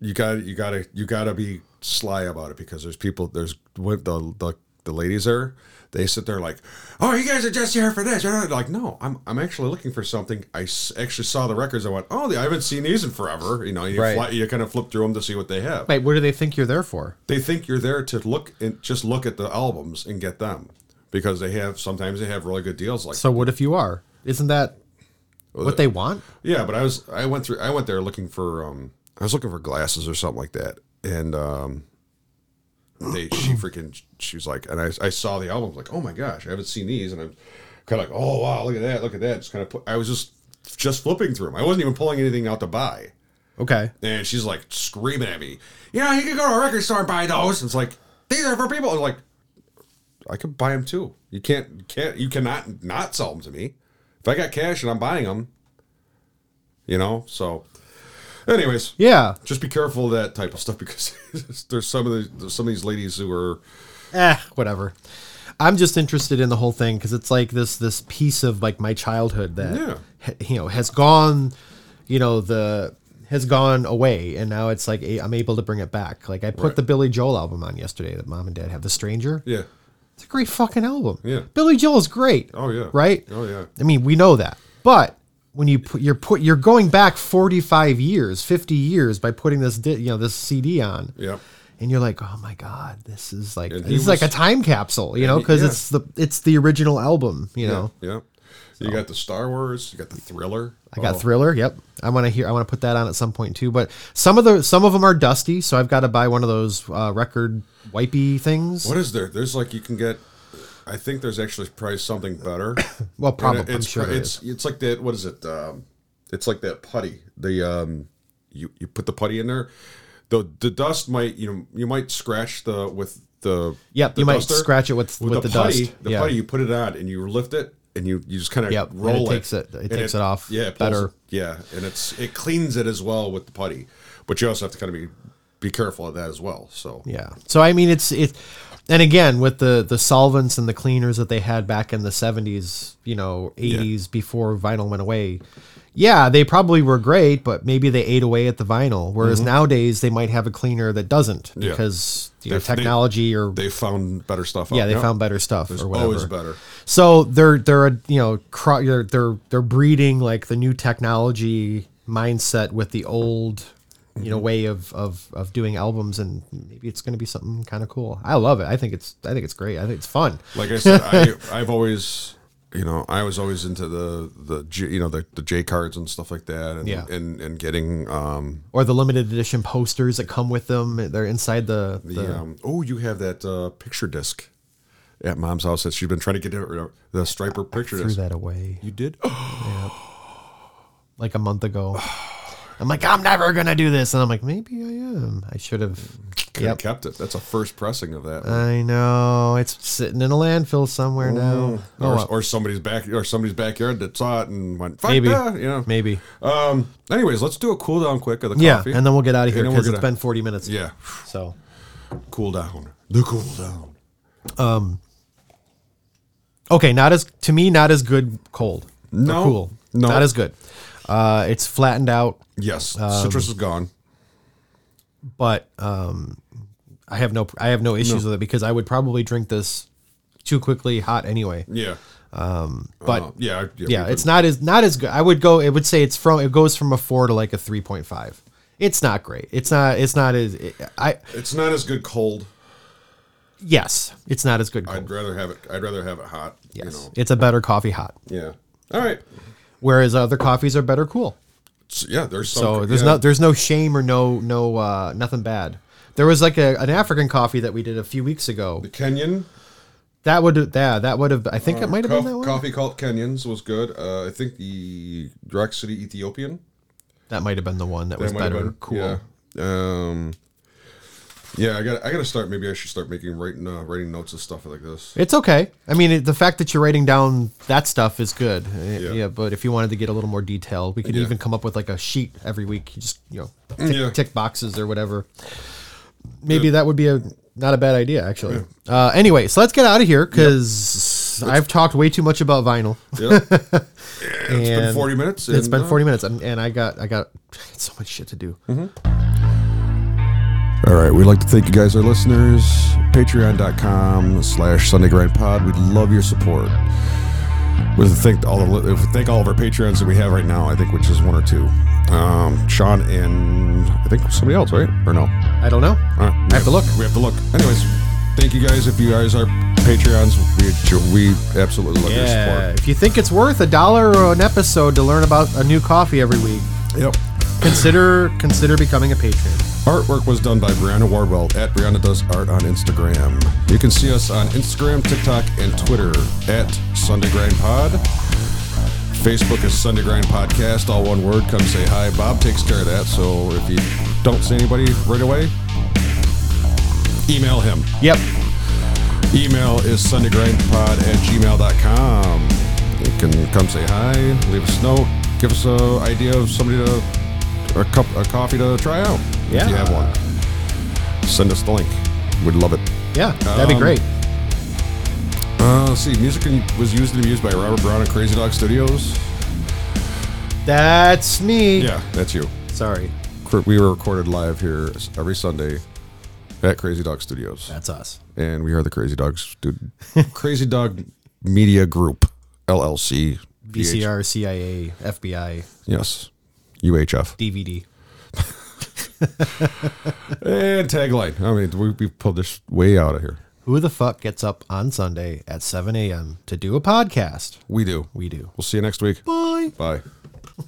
S1: You got to you got to you got to be sly about it because there's people there's with the the the ladies there. They sit there like, "Oh, you guys are just here for this." You're not-" like, "No, I'm, I'm actually looking for something." I s- actually saw the records. I went, "Oh, I haven't seen these in forever." You know, you
S2: Right.
S1: fly, you kind of flip through them to see what they have
S2: Wait, what do they think you're there for?
S1: they think you're there to look and just look at the albums and get them because they have sometimes they have really good deals like
S2: So what if you are? Isn't that
S1: Uh,
S2: what they want?
S1: yeah but i was i went through i went there looking for um i was looking for glasses or something like that and um they she freaking she was like and i, I saw the albums like oh my gosh i haven't seen these and i'm kind of like oh wow look at that look at that just kind of put, i was just just flipping through them i wasn't even pulling anything out to buy
S2: Okay.
S1: And she's like screaming at me, you know, you could go to a record store and buy those. And it's like, these are for people. I'm like, I could buy them too. You can't, you can't, you cannot not sell them to me. If I got cash and I'm buying them, you know, so anyways,
S2: Yeah.
S1: just be careful of that type of stuff because there's some of the, there's some of these ladies who are,
S2: eh, whatever. I'm just interested in the whole thing because it's like this this piece of like my childhood that
S1: Yeah.
S2: ha- you know has gone, you know the has gone away, and now it's like a- I'm able to bring it back. Like I put
S1: Right.
S2: the Billy Joel album on yesterday that mom and dad have, The Stranger.
S1: yeah,
S2: It's a great fucking album.
S1: Yeah.
S2: Billy Joel is great.
S1: Oh, yeah.
S2: Right.
S1: Oh, yeah.
S2: I mean, we know that, but when you put you're put you're going back 45 years, 50 years by putting this di- you know this CD on
S1: yeah.
S2: and you're like, oh my god, this is like
S1: And
S2: this
S1: he
S2: is like a
S1: was-
S2: time capsule, you know,
S1: he-
S2: because
S1: yeah.
S2: it's the it's the original album, you know.
S1: Yeah. You got the Star Wars, you got the Thriller. Oh.
S2: I got Thriller. Yep, I want to hear. I want to put that on at some point too. But some of the some of them are dusty, so I've got to buy one of those uh, record wipey things.
S1: What is there? There's like you can get. I think there's actually probably something better. And
S2: Well, probably
S1: it-
S2: I'm
S1: it's
S2: sure
S1: pr-
S2: there
S1: it's
S2: is.
S1: it's like that. What is it? Um, it's like that putty. The um, you you put the putty in there. The the dust might you know you might scratch the with the
S2: Yep,
S1: the
S2: you might scratch it with- with the
S1: putty,
S2: dust.
S1: The
S2: Yeah.
S1: putty you put it on and you lift it and you you just kind of
S2: Yep, and it
S1: roll it.
S2: takes it- it
S1: and
S2: takes it off
S1: Yeah, it pulls
S2: better.
S1: it- yeah, and it's it cleans it as well with the putty, but you also have to kind of be be careful of that as well. So
S2: Yeah. So I mean, it's it. and again with the the solvents and the cleaners that they had back in the 70s you know 80s before vinyl went away yeah they probably were great but maybe they ate away at the vinyl whereas nowadays they might have a cleaner that doesn't
S1: Mm-hmm. Yeah.
S2: because you
S1: They-
S2: know,
S1: they-
S2: technology or
S1: They found better stuff. out
S2: yeah they
S1: now.
S2: found better stuff
S1: There's
S2: or whatever
S1: always better.
S2: so they're they're you know cro- they're, they're they're breeding like the new technology mindset with the old you
S1: Mm-hmm.
S2: know way of of of doing albums and maybe it's going to be something kind of cool. I love it. I think it's I think it's great. I think it's fun.
S1: Like I said, I, I've always, you know, I was always into the the J, you know the, the J cards and stuff like that, and
S2: Yeah.
S1: and, and getting um
S2: Or the limited edition posters that come with them. They're inside the, the,
S1: the um oh you have that uh, picture disc at mom's house that she's been trying to get rid of, the striper picture
S2: threw
S1: disc.
S2: that away
S1: You did?
S2: like a month ago. I'm like I'm never going to do this and I'm like maybe I am. I should have
S1: Could have
S2: Yep. Uh,
S1: kept it. That's a first pressing of that.
S2: I know. It's sitting in a landfill somewhere now. Oh,
S1: Mm. or,
S2: well.
S1: or somebody's back or somebody's backyard that saw it and went Fuck
S2: maybe.
S1: that," you know
S2: Maybe.
S1: um anyways let's do a cool down quick of the
S2: Yeah,
S1: coffee
S2: and then we'll get out of here
S1: And then we're
S2: because it's
S1: gonna-
S2: been 40 minutes.
S1: yeah
S2: So,
S1: cool down the cool down
S2: okay, not as to me, not as good cold. or
S1: No,
S2: cool.
S1: no.
S2: not as good. Uh, it's flattened out,
S1: yes
S2: Um,
S1: citrus is gone
S2: but um, I have no I have no issues with it because I would probably drink this too quickly hot anyway.
S1: yeah
S2: But
S1: Uh, yeah I-
S2: yeah,
S1: we
S2: it's not as not as good. I would go. It would say it's from it goes from a four to like a 3.5. It's not great. It's not. It's not as. It, I
S1: would- it's not as good cold
S2: yes, it's not as good. Cold.
S1: I'd rather have it I'd rather have it hot
S2: yes,
S1: you know
S2: it's a better coffee hot,
S1: yeah all right
S2: whereas other coffees are better cool.
S1: So, yeah there's some,
S2: So there's
S1: yeah.
S2: no there's no shame or no no uh, nothing bad. There was like a, an African coffee that we did a few weeks ago.
S1: the Kenyan
S2: That would yeah that would have I think it might have
S1: cof-
S2: been that one.
S1: coffee called Kenyans was good uh, I think the Direct City Ethiopian
S2: That might have been the one that, was
S1: That might have
S2: better.
S1: been-
S2: cool.
S1: Yeah. Um, yeah, I got. I got to start. Maybe I should start making writing uh, writing notes of stuff like this.
S2: It's okay. I mean, it, the fact that you're writing down that stuff is good. Eh, Yeah.
S1: Yeah.
S2: but if you wanted to get a little more detailed, we could
S1: Yeah. Mm,
S2: even come up with like a sheet every week. You just you know tick,
S1: Yeah.
S2: tick boxes or whatever. Maybe that would be a not a bad idea actually. Uh, anyway, so let's get out of here because I've talked way too much about vinyl.
S1: Yeah. it's been
S2: And
S1: 40 minutes.
S2: It's
S1: and,
S2: been
S1: uh, Mm-hmm.
S2: 40 minutes, and, and I got I got so much shit to do.
S1: All right. We'd like to thank you guys, our listeners. Patreon.com slash Sunday Grind Pod. We'd love your support. We thank all the li- thank all of our patrons that we have right now. I think which is one or two. Um, Sean and I think somebody else, right? Or no?
S2: I don't know.
S1: All right, we
S2: I have to look.
S1: We have to look. Anyways, thank you guys. If you guys are Patreons, we, we absolutely love
S2: Yeah, if you think it's worth a dollar or an episode to learn about a new coffee every week,
S1: your support. Yep.
S2: consider consider becoming a patron.
S1: Artwork was done by Brianna Wardwell at Brianna Does Art on Instagram. You can see us on Instagram, TikTok, and Twitter at Sunday Grind Pod. Facebook is Sunday Grind Podcast, all one word. Come say hi. Bob takes care of that. So if you don't see anybody right away, email him.
S2: Yep.
S1: Email is sundaygrind.pod at gmail.com. You can come say hi, leave us a note, give us an idea of somebody to, or a cup, a coffee to try out. If you
S2: Yeah.
S1: have one, send us the link. We'd love it.
S2: Yeah, that'd be
S1: Um,
S2: great.
S1: Uh, let's see, music in- was used and abused by Robert Brown at Crazy Dog Studios.
S2: That's me.
S1: Yeah, that's you.
S2: Sorry,
S1: Cr- We were recorded live here s- every Sunday at Crazy Dog Studios.
S2: that's us.
S1: and we are the Crazy Dog Stud- Crazy Dog Media Group, LLC. VH.
S2: VCR, CIA, FBI,
S1: Yes. UHF.
S2: DVD.
S1: And tagline. I mean, we, we pulled this way out of here.
S2: Who the fuck gets up on Sunday at 7 a.m. to do a podcast?
S1: We do.
S2: We do.
S1: We'll see you next week. Bye. Bye.